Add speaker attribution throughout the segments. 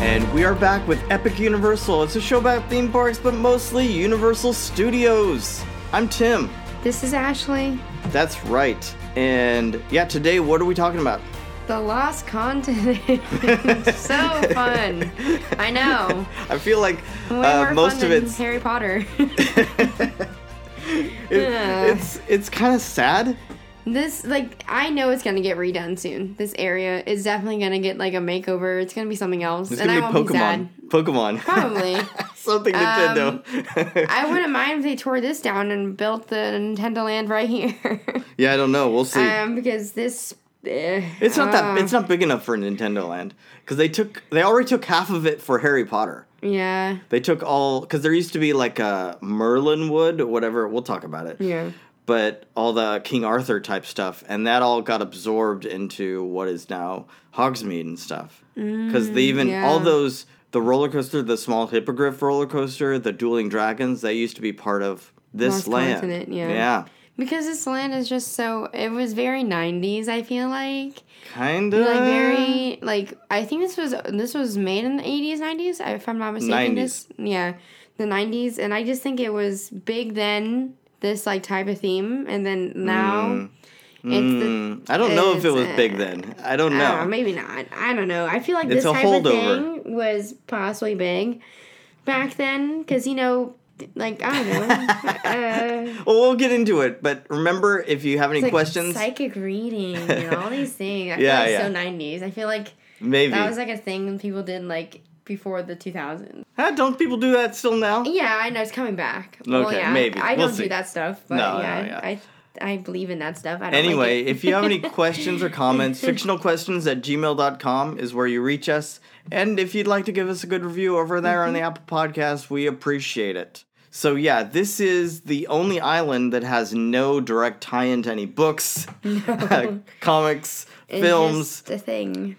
Speaker 1: And we are back with Epic Universal. It's a show about theme parks, but mostly Universal Studios. I'm Tim.
Speaker 2: This is Ashley.
Speaker 1: That's right. And yeah, today, what are we talking about?
Speaker 2: The Lost Continent. so fun. I know.
Speaker 1: I feel like
Speaker 2: Way
Speaker 1: uh,
Speaker 2: more
Speaker 1: most
Speaker 2: fun
Speaker 1: of
Speaker 2: than
Speaker 1: it's
Speaker 2: Harry Potter.
Speaker 1: it-
Speaker 2: Yeah.
Speaker 1: it's it's kind of sad.
Speaker 2: this like I know it's gonna get redone soon. This area is definitely gonna get like a makeover. It's gonna be something else,
Speaker 1: It's
Speaker 2: and I
Speaker 1: gonna
Speaker 2: won't
Speaker 1: be
Speaker 2: be sad.
Speaker 1: Pokemon. Pokemon.
Speaker 2: Probably. Um,
Speaker 1: Something Nintendo.
Speaker 2: I wouldn't mind if they tore this down and built the Nintendo Land right here.
Speaker 1: yeah, I don't know. We'll see.
Speaker 2: um, because this. eh,
Speaker 1: It's not
Speaker 2: uh,
Speaker 1: that it's not big enough for Nintendo Land because they took they already took half of it for Harry Potter.
Speaker 2: Yeah.
Speaker 1: They took all because there used to be like a Merlin Wood, whatever. We'll talk about it.
Speaker 2: Yeah.
Speaker 1: But all the King Arthur type stuff, and that all got absorbed into what is now Hogsmeade and stuff. Because they even all
Speaker 2: Mm, yeah.
Speaker 1: those the roller coaster, the small hippogriff roller coaster, the dueling dragons, they used to be part of this
Speaker 2: Lost
Speaker 1: land.
Speaker 2: Continent, yeah.
Speaker 1: yeah,
Speaker 2: Because this land is just so. It was very 90s, I feel like.
Speaker 1: kind of
Speaker 2: like very like I think this was this was made in the eighties, nineties. If I'm not mistaken,
Speaker 1: 90s.
Speaker 2: this yeah, the nineties, and I just think it was big then. This like type of theme, and then now it's the.
Speaker 1: Mm, I don't know if it
Speaker 2: it's,
Speaker 1: was big
Speaker 2: uh,
Speaker 1: then. I don't
Speaker 2: I
Speaker 1: know.
Speaker 2: don't know, maybe not. I don't know. I feel like
Speaker 1: It's
Speaker 2: this
Speaker 1: a
Speaker 2: type
Speaker 1: holdover.
Speaker 2: of thing was possibly big back then, because you know, like I don't know, uh,
Speaker 1: Well, we'll get into it, but remember if you have any
Speaker 2: like
Speaker 1: questions,
Speaker 2: psychic reading, and all these things.
Speaker 1: Yeah,
Speaker 2: I feel like
Speaker 1: yeah.
Speaker 2: so nineties. I feel like
Speaker 1: maybe.
Speaker 2: that was like a thing people did like before the two thousands.
Speaker 1: Ah, don't people do that still now?
Speaker 2: Yeah, I know it's coming back. well,
Speaker 1: Okay,
Speaker 2: yeah,
Speaker 1: maybe.
Speaker 2: I
Speaker 1: We'll
Speaker 2: don't
Speaker 1: see.
Speaker 2: do that stuff, but
Speaker 1: No, no,
Speaker 2: yeah,
Speaker 1: yeah.
Speaker 2: I I believe in that stuff. I don't like
Speaker 1: Anyway,
Speaker 2: it.
Speaker 1: if you have any questions or comments, fictionalquestions at gmail.com is where you reach us. And if you'd like to give us a good review over there on the
Speaker 2: Mm-hmm.
Speaker 1: Apple Podcast, we appreciate it. So, yeah, this is the only island that has no direct tie in to any books, comics,
Speaker 2: It's
Speaker 1: films.
Speaker 2: just a thing.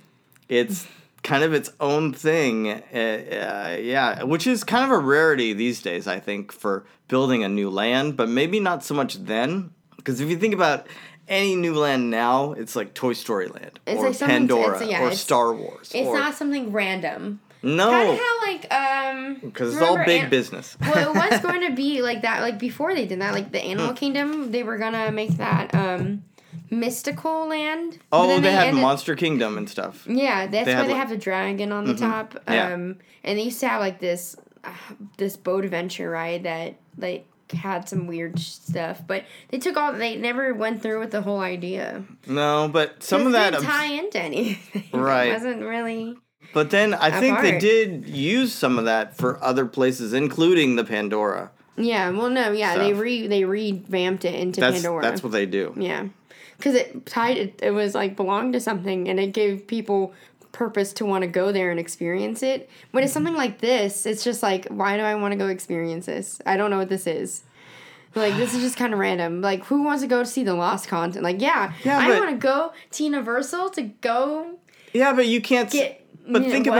Speaker 1: it's kind of its own thing. Uh, uh, yeah, which is kind of a rarity these days, I think, for building a new land, but maybe not so much then. Because if you think about any new land now, it's like Toy Story Land
Speaker 2: It's
Speaker 1: or
Speaker 2: like something-
Speaker 1: Pandora
Speaker 2: it's- yeah,
Speaker 1: or
Speaker 2: it's-
Speaker 1: Star Wars.
Speaker 2: It's
Speaker 1: or,
Speaker 2: not something random. Kind of
Speaker 1: no,
Speaker 2: how like um
Speaker 1: because it's all
Speaker 2: remember
Speaker 1: big
Speaker 2: An-
Speaker 1: business.
Speaker 2: well, it was going to be like that. Like before they did that, like the Animal Kingdom, they were gonna make that um mystical land. but
Speaker 1: oh,
Speaker 2: then
Speaker 1: they, had
Speaker 2: ended-
Speaker 1: Monster Kingdom and stuff.
Speaker 2: Yeah, that's
Speaker 1: They
Speaker 2: why
Speaker 1: had,
Speaker 2: they
Speaker 1: like- Mm-hmm.
Speaker 2: have the dragon on the top. Um,
Speaker 1: Yeah.
Speaker 2: and they used to have like this, uh, this boat adventure ride that like had some weird stuff, but they took all. They never went through with the whole idea.
Speaker 1: No, but some of
Speaker 2: It
Speaker 1: that.
Speaker 2: didn't tie into anything.
Speaker 1: Right.
Speaker 2: It wasn't really.
Speaker 1: But then I
Speaker 2: That
Speaker 1: think they
Speaker 2: part.
Speaker 1: did use some of that for other places, including the Pandora.
Speaker 2: Yeah. Well, no. Yeah, they
Speaker 1: Stuff.
Speaker 2: re they revamped it into
Speaker 1: That's
Speaker 2: Pandora.
Speaker 1: that's what they do.
Speaker 2: yeah, because it tied it. It was like belonged to something, and it gave people purpose to want to go there and experience it. When it's something like this, it's just like, why do I want to go experience this? I don't know what this is. Like this is just kind of random. Like who wants to go to see the lost content? Like yeah,
Speaker 1: Yeah,
Speaker 2: I
Speaker 1: but-
Speaker 2: want to go to Universal to go
Speaker 1: Yeah, but you can't. s-
Speaker 2: get.
Speaker 1: but
Speaker 2: you know,
Speaker 1: think
Speaker 2: what?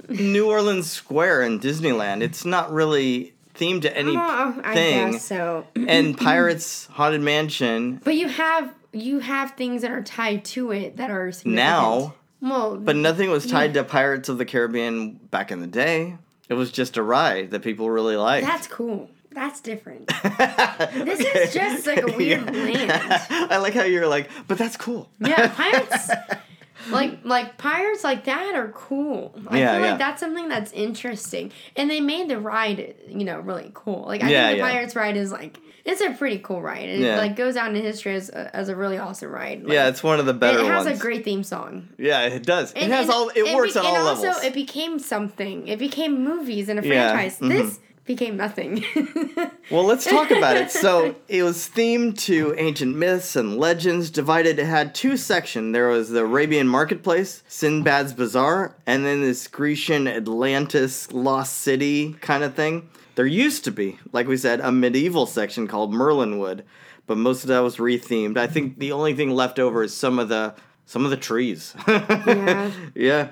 Speaker 1: about New Orleans Square and Disneyland. It's not really themed to any
Speaker 2: Oh, I
Speaker 1: thing.
Speaker 2: guess so.
Speaker 1: and Pirates Haunted Mansion
Speaker 2: But you have you have things that are tied to it that are significant.
Speaker 1: now,
Speaker 2: Well,
Speaker 1: but nothing was tied to Pirates of the Caribbean back in the day. It was just a ride that people really liked.
Speaker 2: That's cool. That's different. this is just like a weird land.
Speaker 1: I like how you're like, but that's cool.
Speaker 2: Yeah, pirates. Like like pirates like that are cool. I
Speaker 1: Yeah,
Speaker 2: feel
Speaker 1: yeah.
Speaker 2: like that's something that's interesting. And they made the ride, you know, really cool. Like I
Speaker 1: Yeah,
Speaker 2: think the
Speaker 1: yeah.
Speaker 2: pirates ride is like it's a pretty cool ride. It
Speaker 1: Yeah.
Speaker 2: like goes down in history as a, as a really awesome ride. Like,
Speaker 1: Yeah, it's one of the better
Speaker 2: it has
Speaker 1: ones.
Speaker 2: a great theme song.
Speaker 1: yeah, it does. it
Speaker 2: And-
Speaker 1: has
Speaker 2: and
Speaker 1: all. It, works
Speaker 2: be-
Speaker 1: on all
Speaker 2: and
Speaker 1: levels.
Speaker 2: Also, it became something. It became movies and a
Speaker 1: Yeah, mm-hmm.
Speaker 2: franchise. This became nothing.
Speaker 1: Well, let's talk about it. So it was themed to ancient myths and legends. Divided, it had two sections. There was the Arabian marketplace, Sinbad's bazaar, and then this Grecian Atlantis lost city kind of thing. There used to be, like we said, a medieval section called Merlinwood, but most of that was rethemed. I think the only thing left over is some of the some of the trees.
Speaker 2: Yeah.
Speaker 1: yeah.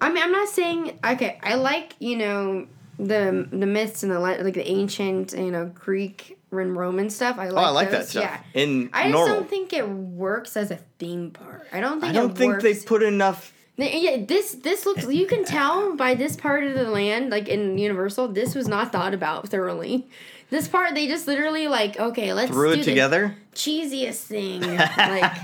Speaker 2: I mean, I'm not saying okay. I like you know the the myths and the le- like the ancient you know Greek and Roman stuff. I like.
Speaker 1: Oh, I like that
Speaker 2: those.
Speaker 1: stuff.
Speaker 2: Yeah.
Speaker 1: In
Speaker 2: I just
Speaker 1: normal.
Speaker 2: don't think it works as a theme park. I don't think.
Speaker 1: I don't
Speaker 2: it
Speaker 1: think they
Speaker 2: works.
Speaker 1: put enough
Speaker 2: Th- Yeah, this this looks. You can tell by this part of the land, like in Universal, this was not thought about thoroughly. This part, they just literally like, okay, let's
Speaker 1: Threw
Speaker 2: do
Speaker 1: it
Speaker 2: the
Speaker 1: together.
Speaker 2: cheesiest thing, like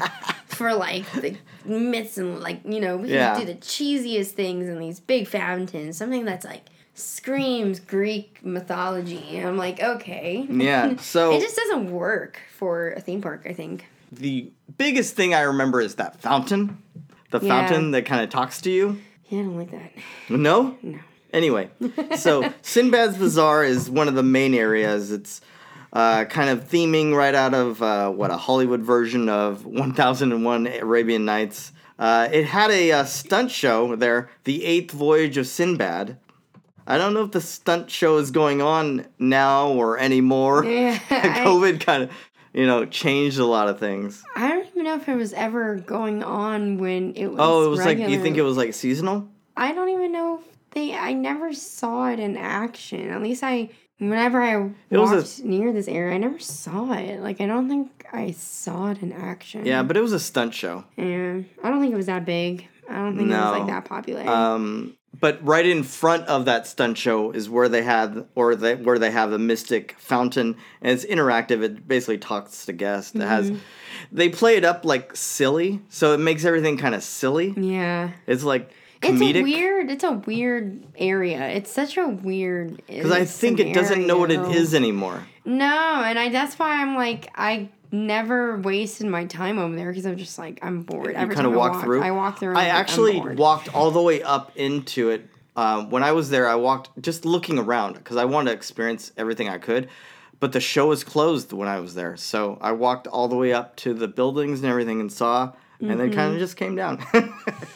Speaker 2: for like the myths and like you know we
Speaker 1: Yeah.
Speaker 2: can do the cheesiest things in these big fountains, something that's like screams Greek mythology. And I'm like, okay,
Speaker 1: Yeah. So
Speaker 2: it just doesn't work for a theme park. I think.
Speaker 1: the biggest thing I remember is that fountain. The
Speaker 2: Yeah.
Speaker 1: fountain that kind of talks to you.
Speaker 2: Yeah, I don't like that.
Speaker 1: No?
Speaker 2: No.
Speaker 1: Anyway, so Sinbad's Bazaar is one of the main areas. It's uh, kind of theming right out of uh, what a Hollywood version of 1001 Arabian Nights. Uh, it had a uh, stunt show there, The Eighth Voyage of Sinbad. I don't know if the stunt show is going on now or anymore.
Speaker 2: Yeah, I-
Speaker 1: COVID kind of, you know, changed a lot of things.
Speaker 2: I don't even know if it was ever going on when it was.
Speaker 1: Oh, it was like you
Speaker 2: regular.
Speaker 1: think it was like seasonal?
Speaker 2: I don't even know. If they. I never saw it in action. At least I. Whenever I
Speaker 1: It was
Speaker 2: walked
Speaker 1: a-
Speaker 2: near this area, I never saw it. Like I don't think I saw it in action.
Speaker 1: Yeah, but it was a stunt show.
Speaker 2: Yeah. I don't think it was that big. I don't think it was
Speaker 1: No.
Speaker 2: like that popular.
Speaker 1: Um, but right in front of that stunt show is where they had, or they, where they have the Mystic Fountain, and it's interactive. It basically talks to guests. It has,
Speaker 2: Mm-hmm.
Speaker 1: they play it up like silly, so it makes everything kind of silly.
Speaker 2: yeah.
Speaker 1: It's like
Speaker 2: Mm. It's
Speaker 1: comedic
Speaker 2: a weird. It's a weird area. It's such a weird.
Speaker 1: because I think it doesn't know what it is anymore.
Speaker 2: No, and I that's why I'm like I never wasted my time over there because I'm just like I'm bored. Every
Speaker 1: kinda
Speaker 2: time
Speaker 1: walk
Speaker 2: I walk
Speaker 1: through?
Speaker 2: I walk through. And
Speaker 1: I
Speaker 2: I'm like, I'm
Speaker 1: actually
Speaker 2: bored.
Speaker 1: walked all the way up into it. Um, when I was there, I walked just looking around because I wanted to experience everything I could. But the show was closed when I was there, so I walked all the way up to the buildings and everything and saw, and then
Speaker 2: Mm-hmm.
Speaker 1: kind of just came down.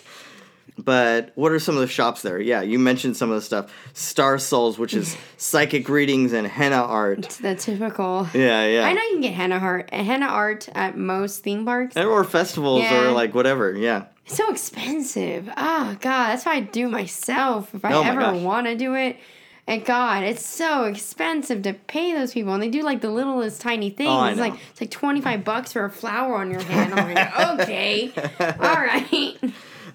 Speaker 1: but what are some of the shops there? Yeah, you mentioned some of the stuff. Star Souls, which is psychic readings and henna art.
Speaker 2: It's the typical.
Speaker 1: Yeah, yeah.
Speaker 2: I know you can get henna art, henna art at most theme parks.
Speaker 1: And- Or festivals
Speaker 2: Yeah.
Speaker 1: or like whatever. Yeah.
Speaker 2: It's so expensive. Oh god, that's why I do myself if I
Speaker 1: Oh my
Speaker 2: ever
Speaker 1: gosh.
Speaker 2: want to do it. And God, it's so expensive to pay those people, and they do like the littlest tiny things.
Speaker 1: Oh, I
Speaker 2: it's
Speaker 1: know.
Speaker 2: like it's like twenty five bucks for a flower on your hand. I'm like, okay, all right.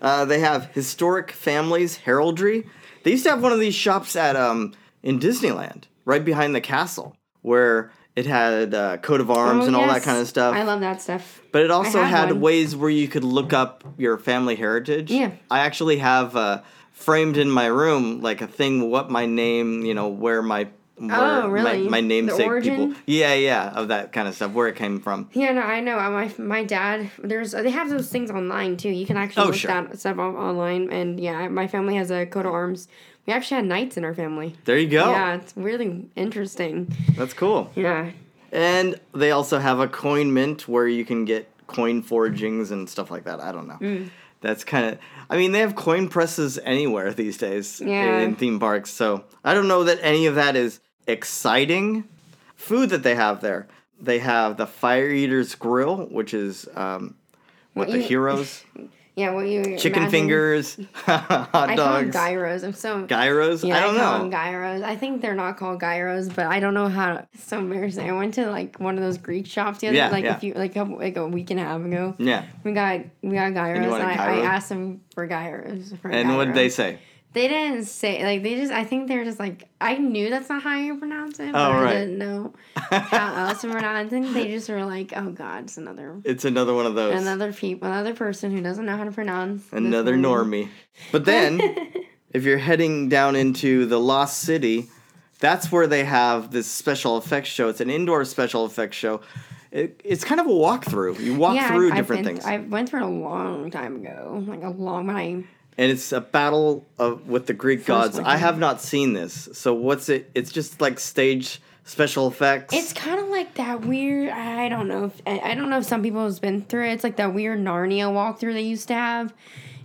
Speaker 1: Uh, they have historic families heraldry. They used to have one of these shops at um, in Disneyland, right behind the castle, where it had uh, coat of arms
Speaker 2: Oh,
Speaker 1: and all that
Speaker 2: yes.
Speaker 1: kind of stuff.
Speaker 2: I love that stuff.
Speaker 1: but it also
Speaker 2: have
Speaker 1: had
Speaker 2: one.
Speaker 1: ways where you could look up your family heritage.
Speaker 2: Yeah.
Speaker 1: I actually have uh, framed in my room like a thing what my name, you know, where my where
Speaker 2: Oh,
Speaker 1: my,
Speaker 2: really?
Speaker 1: my
Speaker 2: The
Speaker 1: namesake people.
Speaker 2: origin?
Speaker 1: Yeah, yeah, of that kind of stuff, where it came from.
Speaker 2: Yeah, no, I know. Uh, My my dad, there's they have those things online too. You can actually
Speaker 1: Oh,
Speaker 2: look
Speaker 1: sure.
Speaker 2: that stuff on, online, and yeah, my family has a coat of arms. We actually had knights in our family.
Speaker 1: There you go.
Speaker 2: Yeah, it's really interesting.
Speaker 1: That's cool.
Speaker 2: Yeah,
Speaker 1: And they also have a coin mint where you can get coin forgings and stuff like that. I don't know.
Speaker 2: Mm.
Speaker 1: That's kind of. I mean, they have coin presses anywhere these days
Speaker 2: Yeah.
Speaker 1: in theme parks. So I don't know that any of that is exciting. Food that they have there. They have the Fire Eater's Grill, which is um, what the
Speaker 2: you-
Speaker 1: heroes
Speaker 2: yeah. What you
Speaker 1: chicken
Speaker 2: imagine-
Speaker 1: fingers, hot
Speaker 2: I call them
Speaker 1: dogs,
Speaker 2: gyros. I'm so
Speaker 1: gyros.
Speaker 2: Yeah,
Speaker 1: I don't
Speaker 2: call
Speaker 1: know.
Speaker 2: them gyros. I think they're not called gyros, but I don't know how. It's so embarrassing. I went to like one of those Greek shops the other
Speaker 1: Yeah,
Speaker 2: like
Speaker 1: yeah. Mm.
Speaker 2: a few like a, like a week and a half ago.
Speaker 1: yeah.
Speaker 2: We got we got gyros, and,
Speaker 1: want a
Speaker 2: I,
Speaker 1: gyro?
Speaker 2: I asked them for gyros. For
Speaker 1: And what did
Speaker 2: gyros.
Speaker 1: they say?
Speaker 2: They didn't say like they just. I think they're just like I knew that's not how you pronounce it.
Speaker 1: Oh,
Speaker 2: but
Speaker 1: right.
Speaker 2: I didn't know how else to pronounce it. They just were like, oh god, it's another
Speaker 1: It's another one of those.
Speaker 2: another people another person who doesn't know how to pronounce this
Speaker 1: Another
Speaker 2: word."
Speaker 1: normie. But then, if you're heading down into the Lost City, that's where they have this special effects show. It's an indoor special effects show. It, it's kind of a walkthrough. You walk
Speaker 2: Yeah,
Speaker 1: through
Speaker 2: I've,
Speaker 1: different
Speaker 2: I've been,
Speaker 1: things,
Speaker 2: I went through it a long time ago, like a long when I
Speaker 1: and it's a battle of with the Greek gods.
Speaker 2: one.
Speaker 1: I have not seen this, so what's it? It's just like stage special effects.
Speaker 2: It's kind of like that weird. I don't know. If, I I don't know if some people has been through it. It's like that weird Narnia walkthrough they used to have.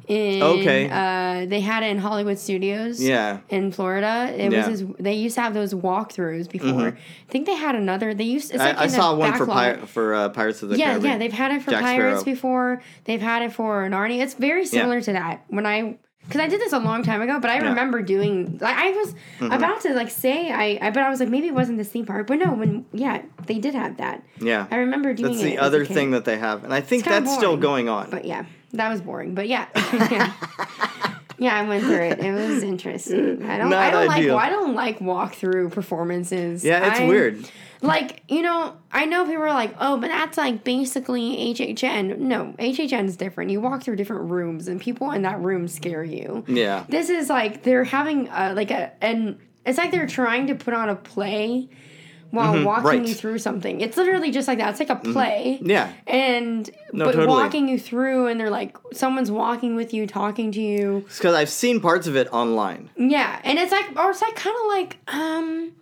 Speaker 2: In,
Speaker 1: Okay.
Speaker 2: Uh, they had it in Hollywood Studios.
Speaker 1: Yeah.
Speaker 2: In Florida, it
Speaker 1: Yeah. Mm-hmm.
Speaker 2: was this, they used to have those walkthroughs before. I think they had another. They used. It's like
Speaker 1: I, I
Speaker 2: in a
Speaker 1: saw one for
Speaker 2: backlog.
Speaker 1: Pir- for uh, Pirates of the
Speaker 2: Yeah,
Speaker 1: Caribbean.
Speaker 2: yeah, they've had it for
Speaker 1: Jack
Speaker 2: Pirates
Speaker 1: Sparrow.
Speaker 2: before. They've had it for Narnia. It's very similar to that. When I because I did this a long time ago, but I remember doing. Like, I was
Speaker 1: Mm-hmm.
Speaker 2: about to like say I, I, but I was like maybe it wasn't this theme park, but no, when yeah, they did have that.
Speaker 1: Yeah.
Speaker 2: I remember doing
Speaker 1: Mm. That's
Speaker 2: it
Speaker 1: the
Speaker 2: as a
Speaker 1: other
Speaker 2: kid.
Speaker 1: thing that they have, and I think
Speaker 2: kinda
Speaker 1: that's still
Speaker 2: boring,
Speaker 1: going on.
Speaker 2: But yeah, that was boring, but yeah. yeah. Yeah, I went through it. It was interesting. I don't.
Speaker 1: Not
Speaker 2: I don't
Speaker 1: ideal.
Speaker 2: like. I don't like walkthrough performances.
Speaker 1: Yeah, it's
Speaker 2: I-
Speaker 1: weird.
Speaker 2: Like you know, I know people are like, "Oh, but that's like basically HHN." No, HHN is different. You walk through different rooms, and people in that room scare you.
Speaker 1: Yeah.
Speaker 2: This is like they're having a, like a and it's like they're trying to put on a play while walking
Speaker 1: Mm-hmm, right. Mm-hmm.
Speaker 2: you through something. It's literally just like that. It's like a play.
Speaker 1: Yeah.
Speaker 2: And
Speaker 1: No,
Speaker 2: but
Speaker 1: totally.
Speaker 2: walking you through, and they're like someone's walking with you, talking to you.
Speaker 1: It's because I've seen parts of it online.
Speaker 2: Yeah, and it's like, or it's like kind of like um,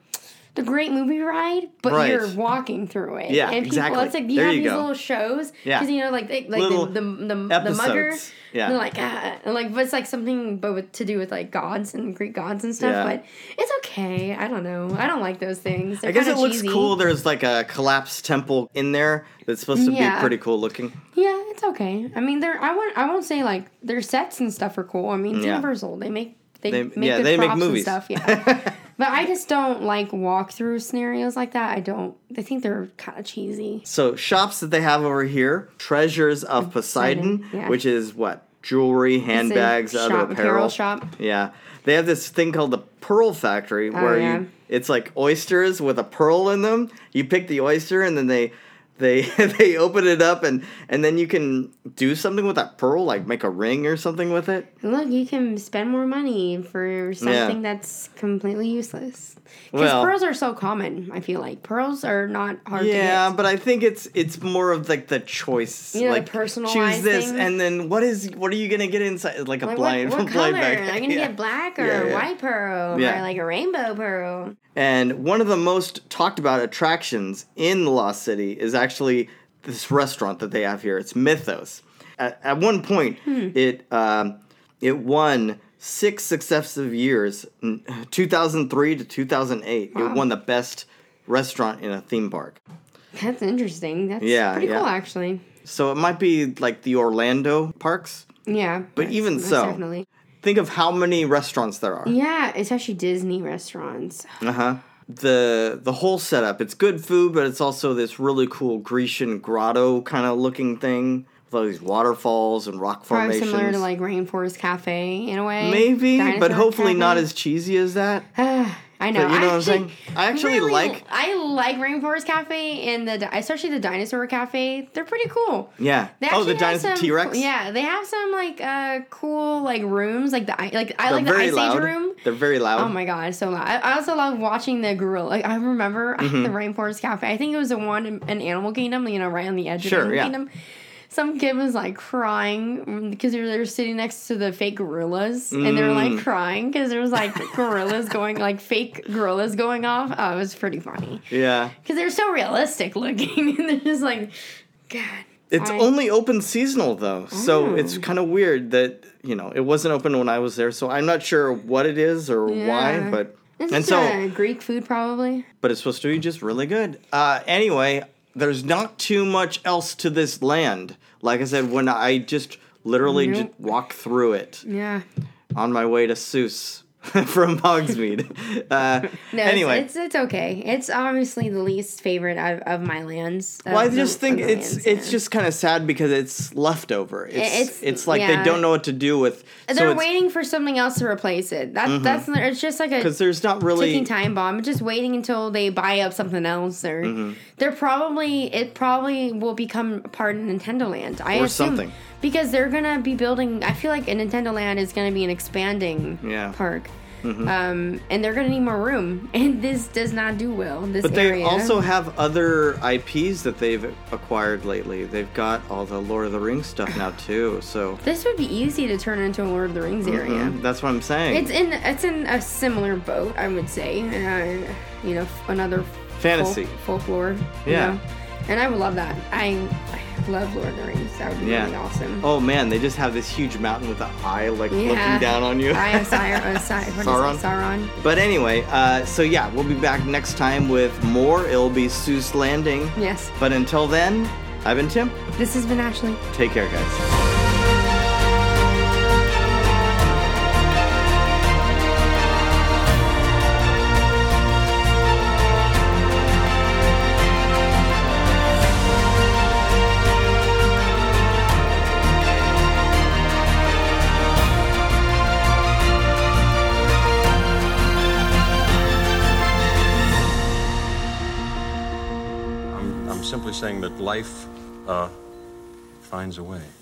Speaker 2: the Great Movie Ride, but
Speaker 1: Right.
Speaker 2: you're walking through it.
Speaker 1: Yeah,
Speaker 2: and people,
Speaker 1: exactly.
Speaker 2: It's like you
Speaker 1: There
Speaker 2: have
Speaker 1: you
Speaker 2: these
Speaker 1: go.
Speaker 2: little shows.
Speaker 1: Yeah.
Speaker 2: because you know, like they, like
Speaker 1: Little
Speaker 2: the the the, the mugger.
Speaker 1: episodes. Yeah.
Speaker 2: They're like ah, and like but it's like something but with, to do with like gods and Greek gods and stuff.
Speaker 1: Yeah.
Speaker 2: But it's okay. I don't know. I don't like those things. They're
Speaker 1: I guess it
Speaker 2: kinda
Speaker 1: looks
Speaker 2: cheesy.
Speaker 1: cool. There's like a collapsed temple in there that's supposed to
Speaker 2: Yeah.
Speaker 1: be pretty cool looking.
Speaker 2: Yeah, it's okay. I mean, they're I won't I won't say like their sets and stuff are cool. I mean, it's
Speaker 1: Yeah.
Speaker 2: Universal. They make they,
Speaker 1: They-
Speaker 2: make
Speaker 1: yeah,
Speaker 2: good
Speaker 1: they make
Speaker 2: props
Speaker 1: movies.
Speaker 2: and stuff. Yeah, but I just don't like walkthrough scenarios like that. I don't. I think they're kind of cheesy.
Speaker 1: So shops that they have over here, Treasures of Poseidon,
Speaker 2: yeah.
Speaker 1: which is what jewelry,
Speaker 2: It's a
Speaker 1: handbags, other
Speaker 2: shop,
Speaker 1: apparel.
Speaker 2: shop.
Speaker 1: Yeah, they have this thing called the Pearl Factory where
Speaker 2: Oh, yeah.
Speaker 1: you, it's like oysters with a pearl in them. You pick the oyster and then they they they open it up and and then you can do something with that pearl, like make a ring or something with it.
Speaker 2: Look, you can spend more money for something that's completely useless. Because
Speaker 1: Well-
Speaker 2: pearls are so common. I feel like pearls are not hard
Speaker 1: Yeah,
Speaker 2: to get.
Speaker 1: but I think it's it's more of like the choice,
Speaker 2: You know, the
Speaker 1: like choose
Speaker 2: personalized
Speaker 1: this,
Speaker 2: thing?
Speaker 1: and then what is what are you gonna get inside? Like a
Speaker 2: Like,
Speaker 1: blind,
Speaker 2: what, what color?
Speaker 1: blind bag.
Speaker 2: Am I gonna
Speaker 1: Yeah.
Speaker 2: get black or
Speaker 1: Yeah, yeah.
Speaker 2: white pearl
Speaker 1: Yeah.
Speaker 2: or like a rainbow pearl?
Speaker 1: And one of the most talked about attractions in Lost City is actually this restaurant that they have here. It's Mythos. At, at one point,
Speaker 2: Hmm.
Speaker 1: it um, it won six successive years, n- 2003 to 2008. It won the best restaurant in a theme park.
Speaker 2: That's interesting. That's
Speaker 1: Yeah,
Speaker 2: pretty
Speaker 1: yeah.
Speaker 2: cool, actually.
Speaker 1: So it might be like the Orlando parks.
Speaker 2: Yeah. But
Speaker 1: even so.
Speaker 2: Definitely.
Speaker 1: Think of how many restaurants there are.
Speaker 2: Yeah, it's actually Disney restaurants.
Speaker 1: Uh huh. The the whole setup. It's good food, but it's also this really cool Grecian grotto kind of looking thing with all these waterfalls and rock
Speaker 2: Probably
Speaker 1: formations.
Speaker 2: similar to like Rainforest Cafe in a way.
Speaker 1: Maybe, but
Speaker 2: Dinosaur
Speaker 1: hopefully not
Speaker 2: Cafe.
Speaker 1: as cheesy as that.
Speaker 2: Ah, I know.
Speaker 1: But you know
Speaker 2: I
Speaker 1: what I'm
Speaker 2: actually,
Speaker 1: saying? I actually
Speaker 2: really-
Speaker 1: like.
Speaker 2: I like Rainforest Cafe and the di- especially the Dinosaur Cafe. They're pretty cool.
Speaker 1: Yeah.
Speaker 2: They
Speaker 1: Oh, the
Speaker 2: actually have
Speaker 1: dinosaur
Speaker 2: some-
Speaker 1: T Rex.
Speaker 2: Yeah, they have some like uh cool like rooms like the i- like I
Speaker 1: They're
Speaker 2: like the
Speaker 1: very
Speaker 2: Ice
Speaker 1: loud.
Speaker 2: Age room.
Speaker 1: They're very loud.
Speaker 2: Oh my god, it's so loud! I, I also love watching the gorilla. Like, I remember the
Speaker 1: Mm-hmm.
Speaker 2: Rainforest Cafe. I think it was the one in, in Animal Kingdom. You know, right on the edge
Speaker 1: Sure,
Speaker 2: of Animal
Speaker 1: yeah.
Speaker 2: Kingdom. Some kid was like crying because they were, they were sitting next to the fake gorillas, and they were like
Speaker 1: Mm.
Speaker 2: crying because there was like gorillas going, like fake gorillas going off. Oh, it was pretty funny
Speaker 1: Yeah.
Speaker 2: because they're so realistic looking, and they're just like, God.
Speaker 1: It's
Speaker 2: I- Oh.
Speaker 1: only open seasonal though, so it's kind of weird that you know it wasn't open when I was there. So I'm not sure what it is or why,
Speaker 2: Yeah.
Speaker 1: but
Speaker 2: It's
Speaker 1: and
Speaker 2: just,
Speaker 1: so
Speaker 2: uh, Greek food probably.
Speaker 1: but it's supposed to be just really good. Uh, anyway, there's not too much else to this land. Like I said, when I just literally
Speaker 2: Nope.
Speaker 1: just walked through it
Speaker 2: Yeah.
Speaker 1: on my way to Seuss from Hogsmeade. Uh,
Speaker 2: No, it's-
Speaker 1: anyway,
Speaker 2: it's, it's okay. It's obviously the least favorite of, of my lands.
Speaker 1: well, I
Speaker 2: of the-
Speaker 1: just think
Speaker 2: of the
Speaker 1: it's
Speaker 2: lands,
Speaker 1: it's
Speaker 2: yeah.
Speaker 1: just kind of sad because it's leftover. It's it's,
Speaker 2: it's-
Speaker 1: like they
Speaker 2: yeah.
Speaker 1: don't know what to do with.
Speaker 2: they're
Speaker 1: So it's
Speaker 2: waiting for something else to replace it. That that's it's just like a
Speaker 1: because there's not really
Speaker 2: ticking time bomb. It's Just waiting until they buy up something else, or
Speaker 1: Mm-hmm.
Speaker 2: they're probably it probably will become part of Nintendo Land. I
Speaker 1: Or
Speaker 2: assume,
Speaker 1: something.
Speaker 2: because they're gonna be building. I feel like a Nintendo Land is gonna be an expanding
Speaker 1: Yeah. Mm-hmm.
Speaker 2: park. Um, and they're gonna need more room, and this does not do well. This
Speaker 1: But they
Speaker 2: area.
Speaker 1: also have other IPs that they've acquired lately. They've got all the Lord of the Rings stuff now too. So
Speaker 2: This would be easy to turn into a Lord of the Rings area.
Speaker 1: Mhm, That's what I'm saying.
Speaker 2: It's in it's in a similar boat, I would say. Uh, you know, f- another
Speaker 1: Fantasy.
Speaker 2: full, folklore. you
Speaker 1: Yeah.
Speaker 2: know? and I would love that. I, I love Lord of the Rings. That would be
Speaker 1: yeah.
Speaker 2: really awesome.
Speaker 1: Oh man, they just have this huge mountain with an eye like
Speaker 2: Yeah.
Speaker 1: looking down on you.
Speaker 2: I am Sauron. Uh, Sau- what is it?
Speaker 1: Sauron?
Speaker 2: Sauron.
Speaker 1: but anyway, uh, so yeah, we'll be back next time with more. It'll be Seuss Landing.
Speaker 2: Yes.
Speaker 1: But until then, I've been Tim.
Speaker 2: This has been Ashley.
Speaker 1: Take care, guys.
Speaker 3: I'm simply saying that life uh, finds a way.